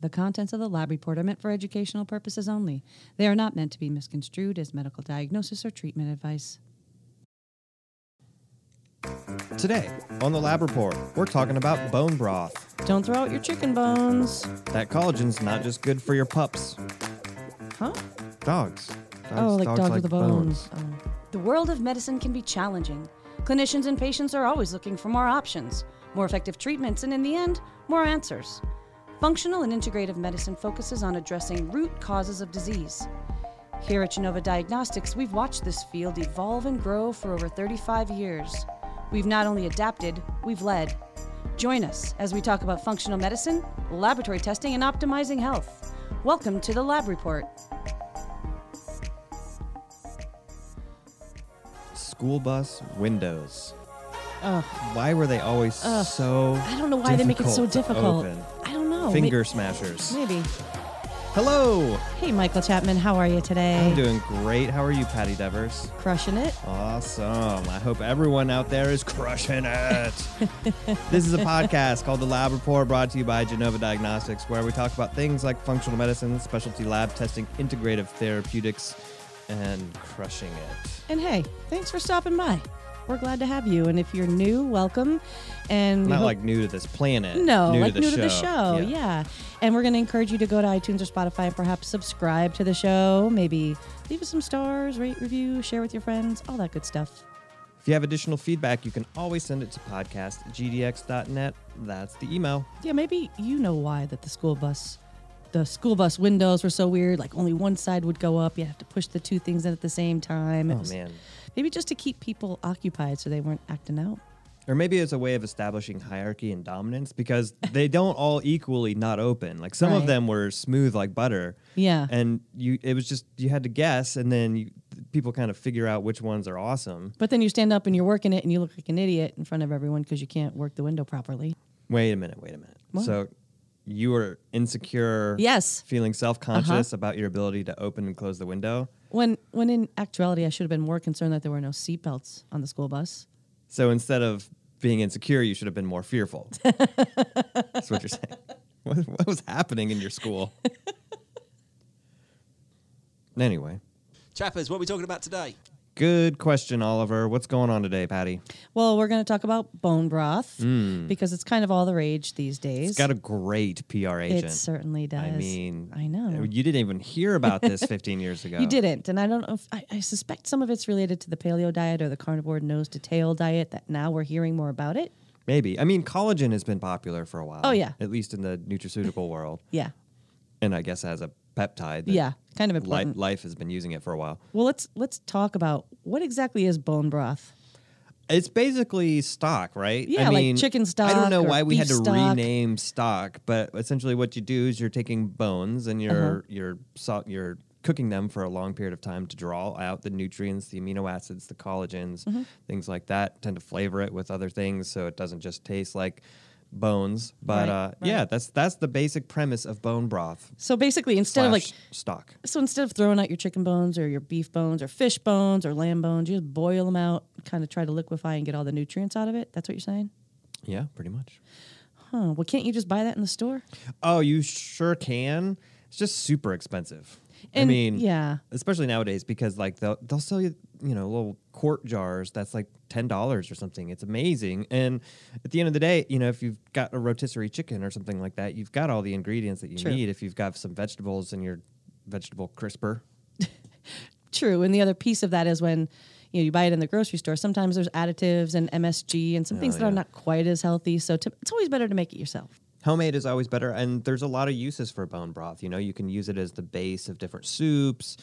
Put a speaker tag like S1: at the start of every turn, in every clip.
S1: The contents of the lab report are meant for educational purposes only. They are not meant to be misconstrued as medical diagnosis or treatment advice.
S2: Today on the Lab Report, we're talking about bone broth.
S3: Don't throw out your chicken bones.
S2: That collagen's not just good for your pups,
S3: Huh?
S2: dogs. dogs
S3: oh, like dogs, with the bones. Oh.
S4: The world of medicine can be challenging. Clinicians and patients are always looking for more options, more effective treatments, and in the end, more answers. Functional and integrative medicine focuses on addressing root causes of disease. Here at Genova Diagnostics, we've watched this field evolve and grow for over 35 years. We've not only adapted, we've led. Join us as we talk about functional medicine, laboratory testing, and optimizing health. Welcome to the Lab Report.
S2: School bus windows.
S3: Ugh.
S2: Why were they always so?
S3: I don't know why they make it so difficult. Oh,
S2: difficult to open?
S3: I don't know. May-
S2: Finger smashers.
S3: Maybe.
S2: Hello,
S3: Hey, Michael Chapman, how are you today?
S2: I'm doing great. How are you, Patty Devers?
S3: Crushing it.
S2: Awesome. I hope everyone out there is crushing it. this is a podcast called The Lab Report, brought to you by Genova Diagnostics, where we talk about things like functional medicine, specialty lab testing, integrative therapeutics, and crushing it.
S3: And hey, thanks for stopping by. We're glad to have you. And if you're new, welcome. And we
S2: Not
S3: hope-
S2: like new to this planet.
S3: No,
S2: new
S3: like
S2: to the
S3: new
S2: show.
S3: to the show. Yeah. And we're going to encourage you to go to iTunes or Spotify and perhaps subscribe to the show. Maybe leave us some stars, rate, review, share with your friends, all that good stuff.
S2: If you have additional feedback, you can always send it to podcastgdx.net. That's the email.
S3: Yeah, maybe you know why that the school bus the school bus windows were so weird. Like only one side would go up. You have to push the two things in at the same time. It
S2: Oh,
S3: was-
S2: man.
S3: Maybe just to keep people occupied so they weren't acting out.
S2: Or maybe it's a way of establishing hierarchy and dominance because they don't all equally not open. Like some of
S3: Right.
S2: them were smooth like butter.
S3: Yeah.
S2: And you it was just you had to guess and then you, people kind of figure out which ones are awesome.
S3: But then you stand up and you're working it and you look like an idiot in front of everyone because you can't work the window properly.
S2: Wait a minute, wait a minute.
S3: What?
S2: So you were insecure.
S3: Yes. Uh-huh.
S2: Feeling self-conscious about your ability to open and close the window.
S3: When when in actuality I should have been more concerned that there were no seatbelts on the school bus.
S2: So instead of being insecure, you should have been more fearful. That's what you're saying. What, what was happening in your school? anyway,
S5: Chappers, what are we talking about today?
S2: good question, Oliver. What's going on today, Patty?
S3: Well, we're going to talk about bone broth because it's kind of all the rage these days.
S2: Hmm. It's got a great PR agent.
S3: it certainly does.
S2: I mean,
S3: I know.
S2: You didn't even hear about this 15 years ago.
S3: You didn't, and I don't know. If, I, I suspect some of it's related to the paleo diet or the carnivore nose to tail diet. That now we're hearing more about it.
S2: Maybe. I mean, collagen has been popular for a while.
S3: Oh, yeah.
S2: At least in the nutraceutical world.
S3: Yeah,
S2: And I guess as a peptide. that
S3: yeah, kind of
S2: li-
S3: important.
S2: life has been using it for a while.
S3: well, let's let's talk about what exactly is bone broth.
S2: It's basically stock, right?
S3: Yeah, like chicken
S2: I
S3: stock
S2: don't know
S3: or
S2: why we had to
S3: beef stock.
S2: rename stock, but essentially what you do is you're taking bones and
S3: Uh-huh.
S2: you're you're salt you're cooking them for a long period of time to draw out the nutrients, the amino acids, the collagens,
S3: Mm-hmm.
S2: things like that. Tend to flavor it with other things so it doesn't just taste like bones. But
S3: Right,
S2: uh, yeah, that's that's the basic premise of bone broth.
S3: So basically, instead of like
S2: slash stock.
S3: so instead of throwing out your chicken bones or your beef bones or fish bones or lamb bones, you just boil them out, kind of try to liquefy and get all the nutrients out of it. That's what you're saying.
S2: Yeah, pretty much.
S3: Huh. Well, can't you just buy that in the store?
S2: Oh, you sure can. It's just super expensive. I
S3: And-
S2: mean,
S3: yeah.
S2: especially nowadays because like they'll they'll sell you you know little quart jars that's like ten dollars or something. It's amazing. And at the end of the day, you know, if you've got a rotisserie chicken or something like that, you've got all the ingredients that you
S3: True.
S2: need. If you've got some vegetables in your vegetable crisper,
S3: True. And the other piece of that is when you know you buy it in the grocery store. Sometimes there's additives and MSG and some things that are not quite as healthy. So to, it's always better to make it yourself.
S2: homemade is always better. And there's a lot of uses for bone broth. You know, you can use it as the base of different soups,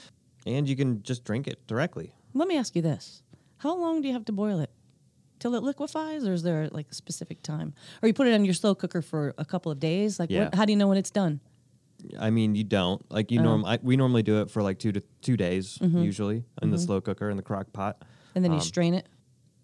S2: and you can just drink it directly.
S3: Let me ask you this: How long do you have to boil it? Till it liquefies, or is there like a specific time? Or you put it on your slow cooker for a couple of days? Like,
S2: Yeah.
S3: what, how do you know when it's done?
S2: I mean, you don't like you norm. I, we normally do it for like two to two days usually in the slow cooker in the crock pot.
S3: And then you strain it.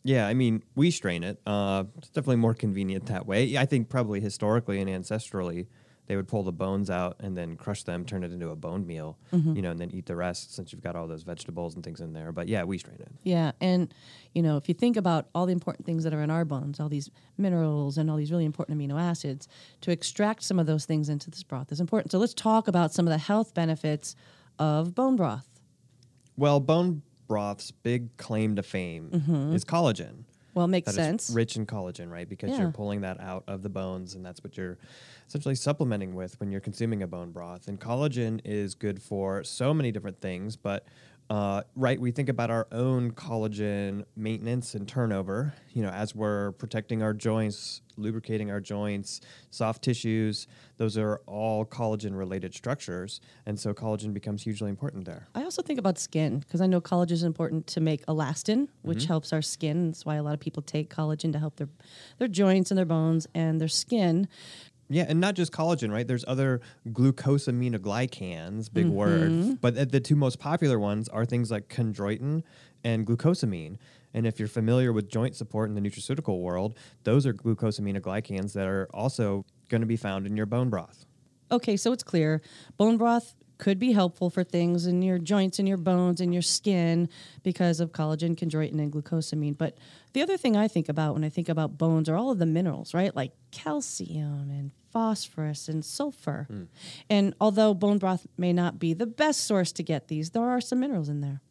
S2: Yeah, I mean, we strain it. Uh, it's definitely more convenient that way. I think probably historically and ancestrally, they would pull the bones out and then crush them, turn it into a bone meal, you know, and then eat the rest since you've got all those vegetables and things in there. But yeah, we strain it.
S3: Yeah, and you know, if you think about all the important things that are in our bones, all these minerals and all these really important amino acids, to extract some of those things into this broth is important. So let's talk about some of the health benefits of bone broth.
S2: Well, bone broth's big claim to fame is collagen.
S3: Well, it makes
S2: That is
S3: sense.
S2: rich in collagen, right? Because
S3: Yeah.
S2: you're pulling that out of the bones, and that's what you're essentially supplementing with when you're consuming a bone broth. And collagen is good for so many different things, but uh, right, we think about our own collagen maintenance and turnover. You know, as we're protecting our joints, lubricating our joints, soft tissues. Those are all collagen-related structures, and so collagen becomes hugely important there.
S3: I also think about skin because I know collagen is important to make elastin, which
S2: Mm-hmm.
S3: helps our skin. That's why a lot of people take collagen to help their their joints and their bones and their skin.
S2: Yeah, and not just collagen, right? There's other glucosaminoglycans, big word, but th- the two most popular ones are things like chondroitin and glucosamine. And if you're familiar with joint support in the nutraceutical world, those are glucosaminoglycans that are also going to be found in your bone broth.
S3: Okay, so it's clear. Bone broth could be helpful for things in your joints and your bones and your skin because of collagen, chondroitin, and glucosamine. But the other thing I think about when I think about bones are all of the minerals, right? Like calcium and phosphorus and sulfur. And although bone broth may not be the best source to get these, there are some minerals in there.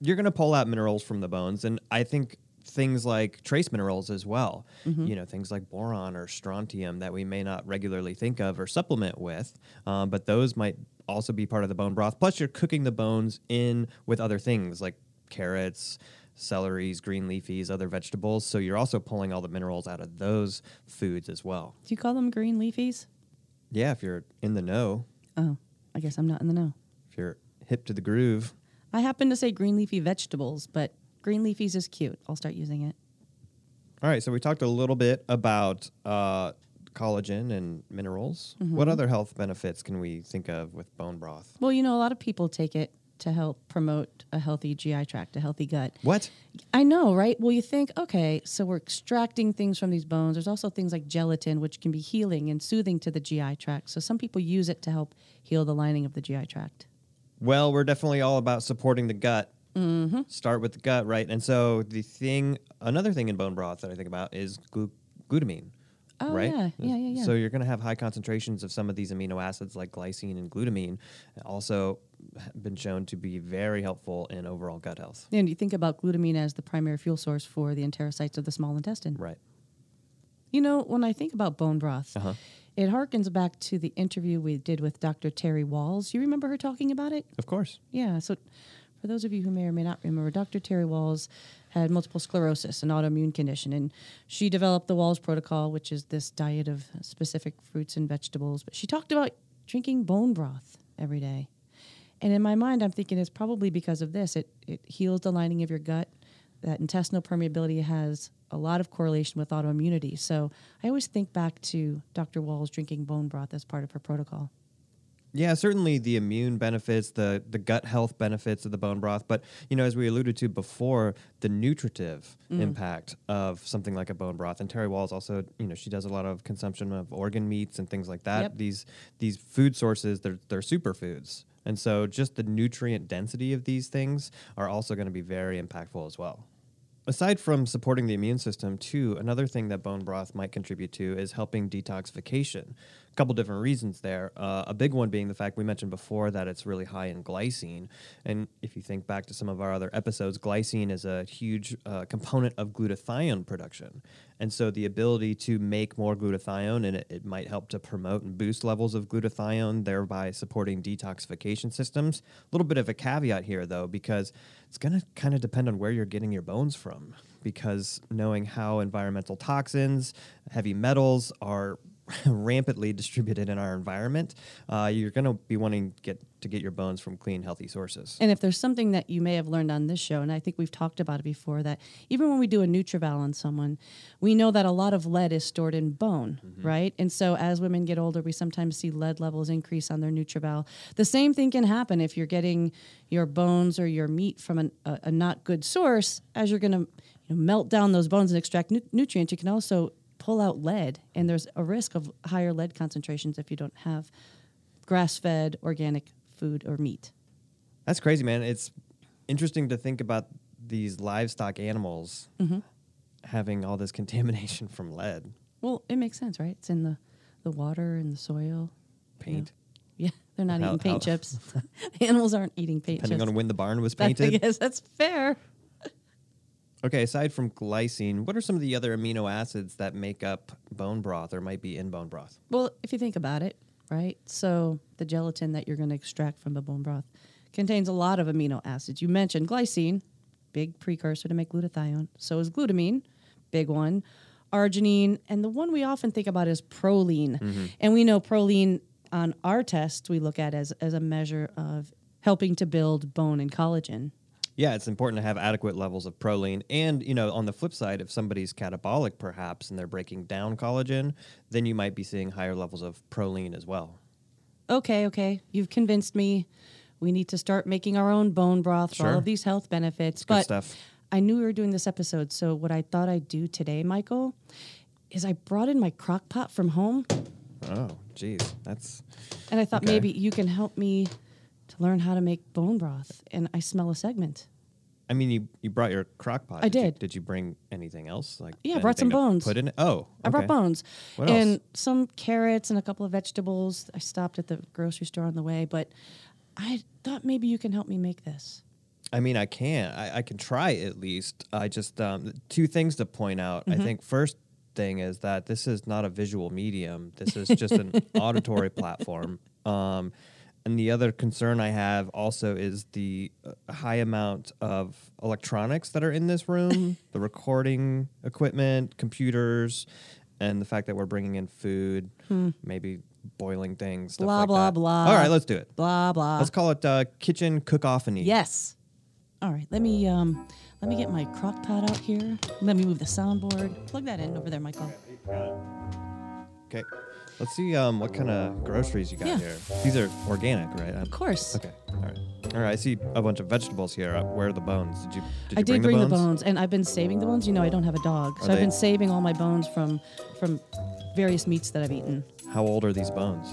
S2: you're going to pull out minerals from the bones and i think things like trace minerals as well you know things like boron or strontium that we may not regularly think of or supplement with um, but those might also be part of the bone broth plus you're cooking the bones in with other things like carrots celeries green leafies other vegetables so you're also pulling all the minerals out of those foods as well
S3: Do you call them green leafies?
S2: yeah if you're in the know
S3: Oh, I guess I'm not in the know.
S2: if you're hip to the groove
S3: I happen to say green leafy vegetables, but green leafies is cute. I'll start using it.
S2: All right, so we talked a little bit about uh, collagen and minerals.
S3: Mm-hmm.
S2: What other health benefits can we think of with bone broth?
S3: Well, you know, a lot of people take it to help promote a healthy GI tract, a healthy gut.
S2: What?
S3: I know, right? Well, you think, okay, so we're extracting things from these bones. There's also things like gelatin, which can be healing and soothing to the GI tract. So some people use it to help heal the lining of the GI tract.
S2: Well, we're definitely all about supporting the gut. Mm-hmm. Start with the gut, right? And so the thing, another thing in bone broth that I think about is glu- glutamine.
S3: Oh,
S2: right?
S3: yeah. Yeah, yeah, yeah.
S2: So you're going to have high concentrations of some of these amino acids like glycine and glutamine, also been shown to be very helpful in overall gut health.
S3: And you think about glutamine as the primary fuel source for the enterocytes of the small intestine.
S2: Right.
S3: You know, when I think about bone broth, it harkens back to the interview we did with Dr. Terry Walls. You remember her talking about it?
S2: Of course.
S3: Yeah. So, for those of you who may or may not remember, Dr. Terry Walls had multiple sclerosis, an autoimmune condition, and she developed the Walls protocol, which is this diet of specific fruits and vegetables. But she talked about drinking bone broth every day. And in my mind, I'm thinking it's probably because of this. It, it heals the lining of your gut. That intestinal permeability has a lot of correlation with autoimmunity. So I always think back to Dr. Walls drinking bone broth as part of her protocol.
S2: Yeah, certainly the immune benefits, the the gut health benefits of the bone broth, but you know, as we alluded to before, the nutritive impact of something like a bone broth. And Terry Walls also, you know, she does a lot of consumption of organ meats and things like that.
S3: Yep.
S2: These these food sources, they're they're superfoods. And so just the nutrient density of these things are also going to be very impactful as well. Aside from supporting the immune system, too, another thing that bone broth might contribute to is helping detoxification. A couple different reasons there. Uh, a big one being the fact we mentioned before that it's really high in glycine. And if you think back to some of our other episodes, glycine is a huge uh, component of glutathione production. And so the ability to make more glutathione and it, it might help to promote and boost levels of glutathione, thereby supporting detoxification systems. A little bit of a caveat here, though, because it's going to kind of depend on where you're getting your bones from, because knowing how environmental toxins, heavy metals are rampantly distributed in our environment, uh, you're going to be wanting to get, to get your bones from clean, healthy sources.
S3: And if there's something that you may have learned on this show, and I think we've talked about it before, that even when we do a NutriVal on someone, we know that a lot of lead is stored in bone, right? And so as women get older, we sometimes see lead levels increase on their NutriVal. The same thing can happen if you're getting your bones or your meat from an, a, a not good source. As you're going to you know, melt down those bones and extract nu- nutrients, you can also pull out lead, and there's a risk of higher lead concentrations if you don't have grass fed organic food or meat.
S2: That's crazy, man. It's interesting to think about these livestock animals having all this contamination from lead
S3: Well, it makes sense, right? It's in the, the water and the soil.
S2: paint,
S3: Yeah, they're not
S2: How-
S3: eating paint
S2: how-
S3: chips. Animals aren't eating paint
S2: depending
S3: chips.
S2: on when the barn was
S3: That- I
S2: painted.
S3: guess that's fair.
S2: Okay, aside from glycine, what are some of the other amino acids that make up bone broth or might be in bone broth?
S3: Well, if you think about it, right? So the gelatin that you're going to extract from the bone broth contains a lot of amino acids. You mentioned glycine, big precursor to make glutathione. So is glutamine, big one. Arginine, and the one we often think about is proline. And we know proline on our tests we look at as, as a measure of helping to build bone and collagen.
S2: Yeah, it's important to have adequate levels of proline. And, you know, on the flip side, if somebody's catabolic perhaps and they're breaking down collagen, then you might be seeing higher levels of proline as well.
S3: okay, okay, you've convinced me. We need to start making our own bone broth for all
S2: Sure.
S3: of these health benefits.
S2: good
S3: but
S2: stuff.
S3: I knew we were doing this episode, so what I thought I'd do today, Michael, is I brought in my crock pot from home,
S2: Oh, geez. That's
S3: and I thought
S2: Okay.
S3: maybe you can help me to learn how to make bone broth. And I smell a segment.
S2: I mean you you brought your crock pot.
S3: I
S2: You,
S3: did.
S2: did you bring anything else? Like
S3: Yeah, I brought some
S2: anything to
S3: bones.
S2: Put in it? Oh.
S3: I brought
S2: okay.
S3: bones
S2: What
S3: and
S2: else?
S3: some carrots and a couple of vegetables. I stopped at the grocery store on the way, but I thought maybe you can help me make this.
S2: I mean, I can. I, I can try at least. I just um, two things to point out.
S3: Mm-hmm.
S2: I think first thing is that this is not a visual medium. This is just an auditory platform. Um, and the other concern I have also is the uh, high amount of electronics that are in this room, the recording equipment, computers, and the fact that we're bringing in food, maybe boiling things. stuff
S3: Hmm. Blah,
S2: like
S3: blah,
S2: that.
S3: blah.
S2: All right, let's do it.
S3: Blah blah.
S2: Let's call it uh, kitchen cookophany.
S3: Yes. All right. Let me um, let me get my crock pot out here. Let me move the soundboard. Plug that in over there, Michael.
S2: Okay. Let's see um, what kind of groceries you got
S3: Yeah.
S2: here. These are organic, right?
S3: Of course.
S2: Okay. All right. All right. I see a bunch of vegetables here. Uh, Where are the bones? Did you? Did you
S3: I
S2: bring,
S3: did bring
S2: the bones?
S3: and I've been saving the bones. You know, I don't have a dog, so I've
S2: they-
S3: been saving all my bones from from various meats that I've eaten.
S2: How old are these bones?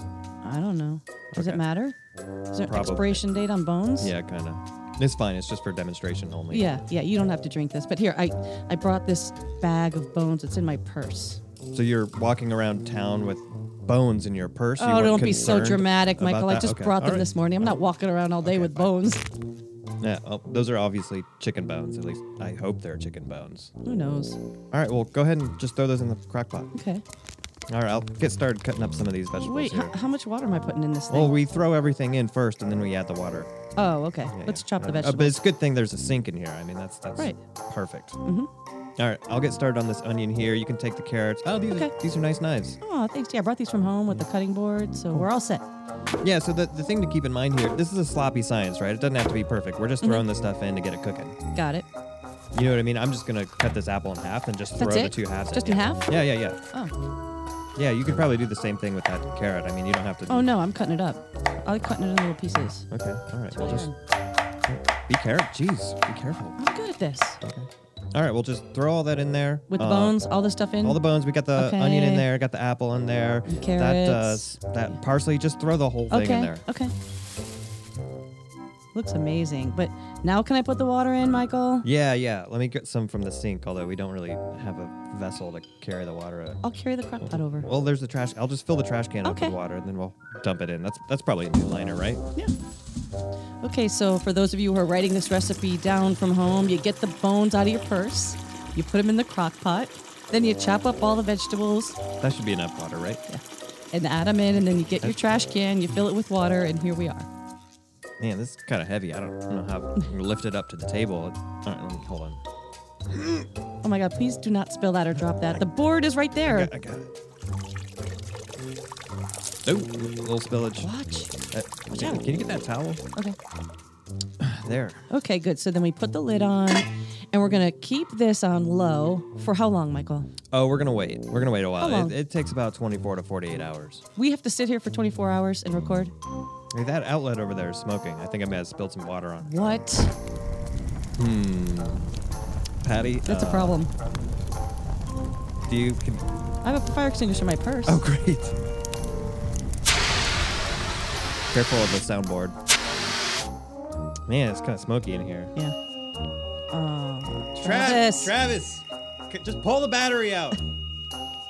S3: I don't know. Does it
S2: Okay.
S3: matter? Is there an
S2: Probably.
S3: expiration date on bones?
S2: Yeah, kind of. It's fine. It's just for demonstration only.
S3: Yeah, yeah, you don't have to drink this. But here, I I brought this bag of bones. It's in my purse.
S2: So you're walking around town with bones in your purse. You
S3: oh,
S2: weren't
S3: don't be so
S2: concerned
S3: dramatic,
S2: about
S3: Michael. I
S2: that?
S3: just
S2: Okay.
S3: brought
S2: All
S3: them
S2: right.
S3: this morning. I'm not walking around all day with
S2: fine.
S3: bones.
S2: Yeah. Oh, those are obviously chicken bones. At least I hope they're chicken bones.
S3: Who knows?
S2: All right. Well, go ahead and just throw those in the crock pot.
S3: Okay.
S2: All right. I'll get started cutting up some of these vegetables
S3: Wait,
S2: here.
S3: how, how much water am I putting in this thing?
S2: Well, Oh, we throw everything in first, and then we add the water.
S3: oh, okay. Let's chop the
S2: Uh,
S3: vegetables.
S2: but it's a good thing there's a sink in here. I mean, that's that's
S3: Right.
S2: perfect. Mm-hmm. right, I'll get started on this onion here. You can take the carrots. Oh, these
S3: Okay.
S2: are, these are nice knives.
S3: Oh, thanks. Yeah, I brought these from home
S2: Mm.
S3: with the cutting board, so we're all set.
S2: Yeah. So the, the thing to keep in mind here, this is a sloppy science, right? It doesn't have to be perfect. We're just
S3: Mm-hmm.
S2: throwing this stuff in to get it cooking.
S3: Got it.
S2: You know what I mean? I'm just gonna cut this apple in half and just throw
S3: That's
S2: the
S3: it?
S2: two halves.
S3: Just
S2: in,
S3: in
S2: yeah.
S3: half?
S2: Yeah, yeah, yeah.
S3: Oh.
S2: Yeah, you could probably do the same thing with that carrot. I mean, you don't have to.
S3: Oh no, I'm cutting it up. I like cutting it in little pieces.
S2: Okay. All right. We'll
S3: my
S2: just be careful. Jeez, be careful.
S3: I'm good at this.
S2: All right, we'll just throw all that in there
S3: With the
S2: Uh,
S3: bones, all the stuff in.
S2: All the bones. We got the
S3: Okay.
S2: onion in there. Got the apple in there. That uh,
S3: carrots.
S2: s- that parsley. Just throw the whole thing
S3: okay.
S2: in there.
S3: Okay. Looks amazing. But now can I put the water in, Michael?
S2: Yeah, yeah. Let me get some from the sink. Although we don't really have a vessel to carry the water. in.
S3: I'll carry the crock pot over.
S2: Well, there's the trash. I'll just fill the trash can up
S3: Okay.
S2: with water, and then we'll dump it in. That's that's probably a new liner, right?
S3: Yeah. Okay, so for those of you who are writing this recipe down from home, you get the bones out of your purse, you put them in the crock pot, then you chop up all the vegetables
S2: That should be enough water, right?
S3: and add them in, and then you get your trash can, you fill it with water, and here we are.
S2: Man, this is kind of heavy. I don't, I don't know how I'm gonna lift it up to the table. It's- All right, let me hold on.
S3: Oh my God, please do not spill that or drop that. The board is right there.
S2: I got it. Oh, little spillage.
S3: Watch.
S2: Uh,
S3: out.
S2: can you get that towel?
S3: Okay.
S2: There.
S3: Okay, good. So then we put the lid on, and we're going to keep this on low for how long, Michael?
S2: Oh, we're gonna wait. We're gonna wait a
S3: How
S2: while.
S3: long?
S2: It, it takes about 24 to 48 hours.
S3: We have to sit here for 24 hours and record.
S2: Hey, that outlet over there is smoking. I think I may have spilled some water on. it.
S3: What?
S2: Patty,
S3: That's
S2: uh,
S3: a problem.
S2: Do you can,
S3: I have a fire extinguisher in my purse.
S2: Oh, great. Careful of the soundboard. Man, it's kind of smoky in here.
S3: Yeah.
S2: Travis! Travis! C- Just pull the battery out!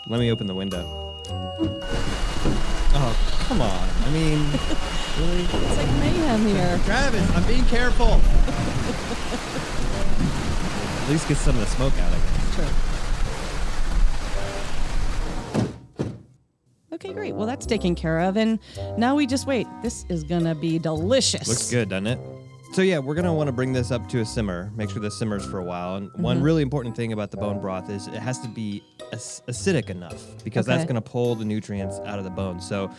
S2: Let me open the window. Oh, come on. I mean,
S3: It's like mayhem here.
S2: Travis, I'm being careful! At least get some of the smoke out of it.
S3: Sure. Okay, great. Well, that's taken care of. And now we just wait. This is going to be delicious.
S2: Looks good, doesn't it? So yeah, we're gonna want to bring this up to a simmer. Make sure this simmers for a while. And one really important thing about the bone broth is it has to be ac- acidic enough because that's
S3: Okay.
S2: gonna pull the nutrients out of the bone. So,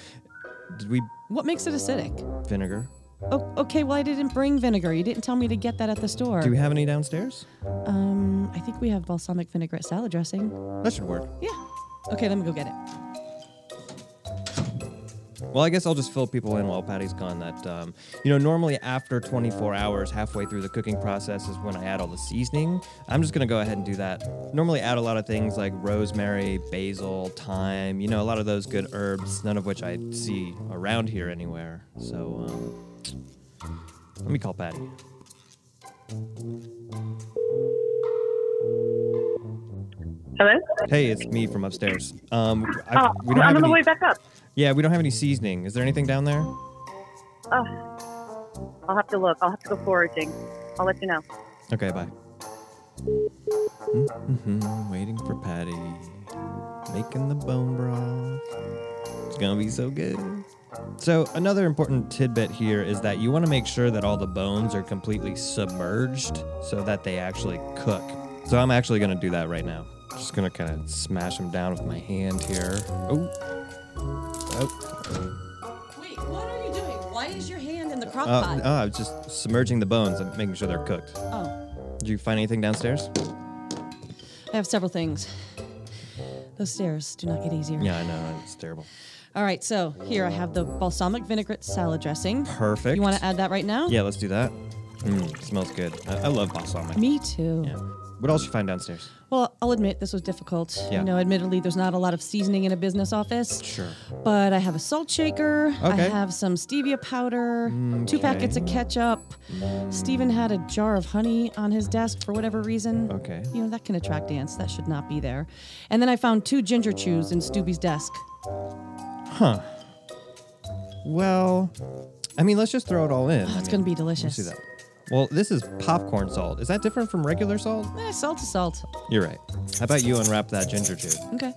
S2: did we
S3: What makes it acidic?
S2: vinegar?
S3: Oh, okay, well, I didn't bring vinegar. You didn't tell me to get that at the store.
S2: Do we have any downstairs?
S3: um, I think we have balsamic vinaigrette salad dressing.
S2: That should work.
S3: Yeah. Okay, let me go get it.
S2: Well, I guess I'll just fill people in while Patty's gone. That um, you know, normally after 24 hours, halfway through the cooking process, is when I add all the seasoning. I'm just gonna go ahead and do that. Normally, add a lot of things like rosemary, basil, thyme. You know, a lot of those good herbs, none of which I see around here anywhere. So um, let me call Patty.
S6: Hello?
S2: Hey, it's me from upstairs. Um, I,
S6: Oh,
S2: we
S6: I'm
S2: don't have
S6: on the
S2: any,
S6: way back up.
S2: Yeah, we don't have any seasoning. Is there anything down there?
S6: I'll have to look. I'll have to go foraging. I'll let you know.
S2: Okay, bye. Mm-hmm, waiting for Patty. Making the bone broth. It's gonna be so good. So, another important tidbit here is that you wanna make sure that all the bones are completely submerged so that they actually cook. So, I'm actually gonna do that right now. Just gonna kind of smash them down with my hand here. Oh. Oh.
S3: Wait, what are you doing? Why is your hand in the crock
S2: Uh, oh, I was just submerging the bones and making sure they're cooked.
S3: Oh,
S2: Did you find anything downstairs?
S3: I have several things. Those stairs do not get easier.
S2: Yeah, I know. It's terrible.
S3: All right, so here I have the balsamic vinaigrette salad dressing.
S2: Perfect.
S3: You want to add that right now?
S2: Yeah, let's do that. Mm, smells good. I, I love balsamic.
S3: Me too.
S2: Yeah. What else you find downstairs?
S3: Well, I'll admit this was difficult.
S2: Yeah.
S3: You know, admittedly, there's not a lot of seasoning in a business office.
S2: Sure.
S3: But I have a salt shaker. I
S2: Okay. Mm,
S3: have some stevia powder, two packets of ketchup. Steven had a jar of honey on his desk for whatever reason.
S2: Okay.
S3: You know, that can attract ants. That should not be there. And then I found two ginger chews in Stubby's desk.
S2: Well, I mean, let's just throw it all in. I
S3: Oh, it's
S2: mean,
S3: gonna be
S2: let's
S3: delicious.
S2: do that. Well, this is popcorn salt. Is that different from regular salt?
S3: Eh, salt is salt.
S2: You're right. How about you unwrap that ginger tube?
S3: Okay.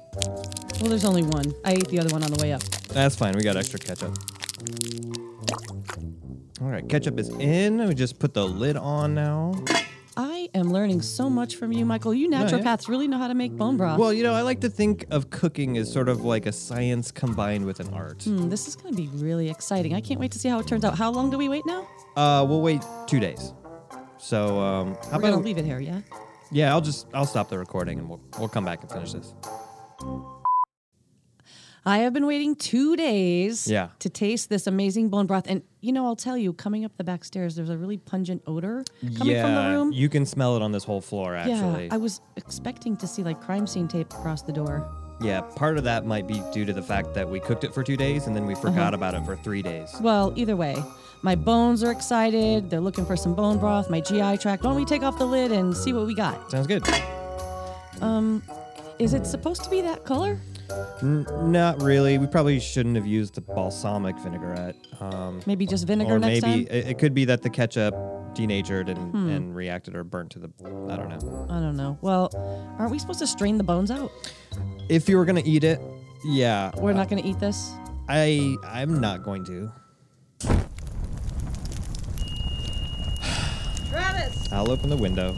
S3: Well, there's only one. I ate the other one on the way up.
S2: That's fine. We got extra ketchup. All right, ketchup is in. We just put the lid on now.
S3: I am learning so much from you, Michael. You
S2: Oh, yeah.
S3: naturopaths really know how to make bone broth.
S2: Well, you know, I like to think of cooking as sort of like a science combined with an art.
S3: Mm, this is going to be really exciting. I can't wait to see how it turns out. How long do we wait now?
S2: Uh, we'll wait two days. So, um, how
S3: We're going to
S2: about
S3: leave it here, yeah?
S2: Yeah, I'll just I'll stop the recording and we'll we'll come back and finish this.
S3: I have been waiting two days
S2: Yeah.
S3: to taste this amazing bone broth. And, you know, I'll tell you, coming up the back stairs, there's a really pungent odor coming
S2: yeah,
S3: from the room.
S2: you can smell it on this whole floor actually.
S3: Yeah, I was expecting to see like crime scene tape across the door.
S2: Yeah, part of that might be due to the fact that we cooked it for 2 days and then we
S3: Uh-huh.
S2: forgot about it for 3 days.
S3: Well, either way, my bones are excited. They're looking for some bone broth, my GI tract. Why don't we take off the lid and see what we got?
S2: Sounds good.
S3: Is it supposed to be that color?
S2: N- not really. We probably shouldn't have used the balsamic vinaigrette. Um,
S3: Maybe just vinegar
S2: or
S3: next
S2: maybe
S3: time? Hmm.
S2: it, it could be that the ketchup denatured and, and reacted or burnt to the I don't know.
S3: I don't know. Well, aren't we supposed to strain the bones out?
S2: If you were going to eat it, yeah.
S3: We're not going to eat this.
S2: I I'm not going to.
S4: Travis!
S2: I'll open the window.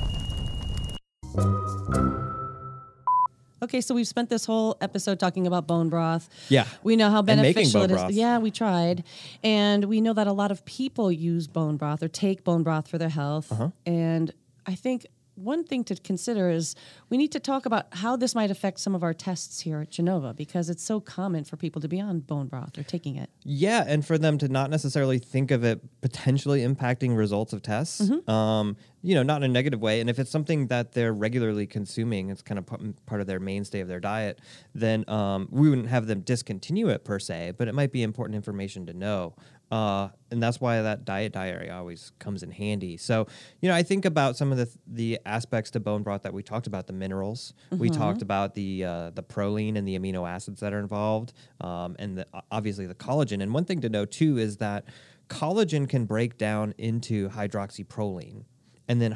S3: Okay, so we've spent this whole episode talking about bone broth.
S2: Yeah.
S3: We know how
S2: And making
S3: beneficial
S2: bone
S3: it is.
S2: broth.
S3: Yeah, we tried. And we know that a lot of people use bone broth or take bone broth for their health.
S2: Uh-huh.
S3: And I think one thing to consider is we need to talk about how this might affect some of our tests here at Genova because it's so common for people to be on bone broth or taking it.
S2: Yeah, and for them to not necessarily think of it potentially impacting results of tests. Um, you know, not in a negative way. And if it's something that they're regularly consuming, it's kind of p- mm, part of their mainstay of their diet, then um, we wouldn't have them discontinue it per se, but it might be important information to know. Uh, and that's why that diet diary always comes in handy. So, you know, I think about some of the the aspects to bone broth that we talked about, the minerals. We talked about the uh, the proline and the amino acids that are involved, um, and the, obviously the collagen. And one thing to know too is that collagen can break down into hydroxyproline. And then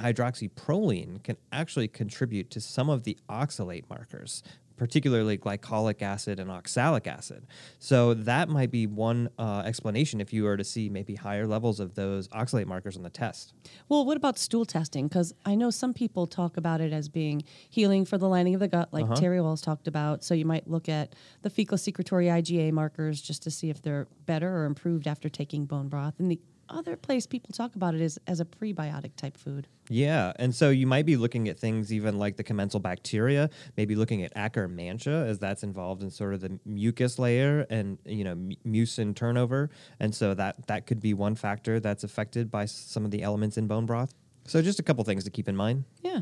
S2: hydroxyproline can actually contribute to some of the oxalate markers, particularly glycolic acid and oxalic acid. So that might be one uh, explanation if you were to see maybe higher levels of those oxalate markers on the test.
S3: Well, what about stool testing? Because I know some people talk about it as being healing for the lining of the gut, like
S2: Uh-huh.
S3: Terry Walls talked about. So you might look at the fecal secretory IgA markers just to see if they're better or improved after taking bone broth. And the other place people talk about it is as a prebiotic type food.
S2: Yeah, and so you might be looking at things even like the commensal bacteria, maybe looking at Akkermansia as that's involved in sort of the mucus layer and you know mu- mucin turnover, and so that that could be one factor that's affected by s- some of the elements in bone broth. So just a couple things to keep in mind.
S3: Yeah.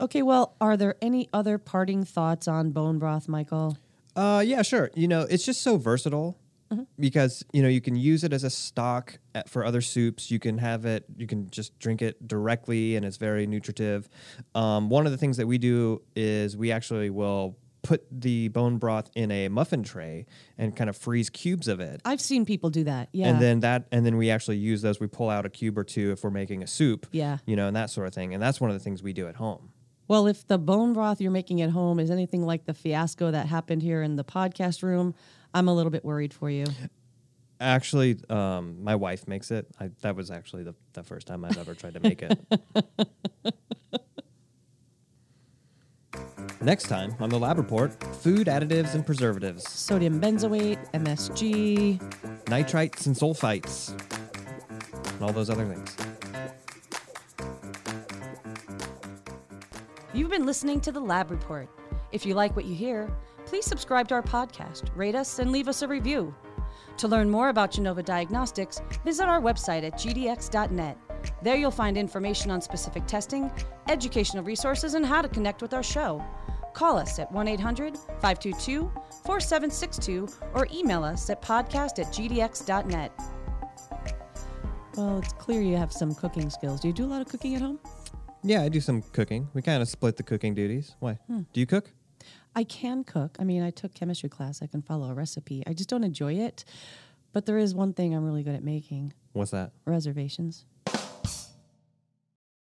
S3: Okay, well, are there any other parting thoughts on bone broth, Michael?
S2: Uh, yeah, sure. You know, it's just so versatile
S3: Mm-hmm.
S2: because you know you can use it as a stock at, for other soups. You can have it. You can just drink it directly, and it's very nutritive. Um, one of the things that we do is we actually will put the bone broth in a muffin tray and kind of freeze cubes of it.
S3: I've seen people do that. Oh, Yeah.
S2: And then that, and then we actually use those. We pull out a cube or two if we're making a soup.
S3: Yeah.
S2: You know, and that sort of thing. And that's one of the things we do at home.
S3: Well, if the bone broth you're making at home is anything like the fiasco that happened here in the podcast room, I'm a little bit worried for you.
S2: Actually, um, my wife makes it. I, that was actually the, the first time I've ever tried to make it. Next time on the lab report food additives and preservatives,
S3: Sodium benzoate, MSG.
S2: nitrites and sulfites, and all those other things.
S4: You've been listening to The Lab Report. If you like what you hear, please subscribe to our podcast, rate us, and leave us a review. To learn more about Genova Diagnostics, visit our website at gdx.net. There you'll find information on specific testing, educational resources, and how to connect with our show. Call us at 1 800 522 4762 or email us at podcast at gdx.net.
S3: Well, it's clear you have some cooking skills. Do you do a lot of cooking at home?
S2: Yeah, I do some cooking. We kind of split the cooking duties. Why? Do you cook?
S3: I can cook. I mean, I took chemistry class. I can follow a recipe. I just don't enjoy it. But there is one thing I'm really good at making
S2: What's that?
S3: reservations.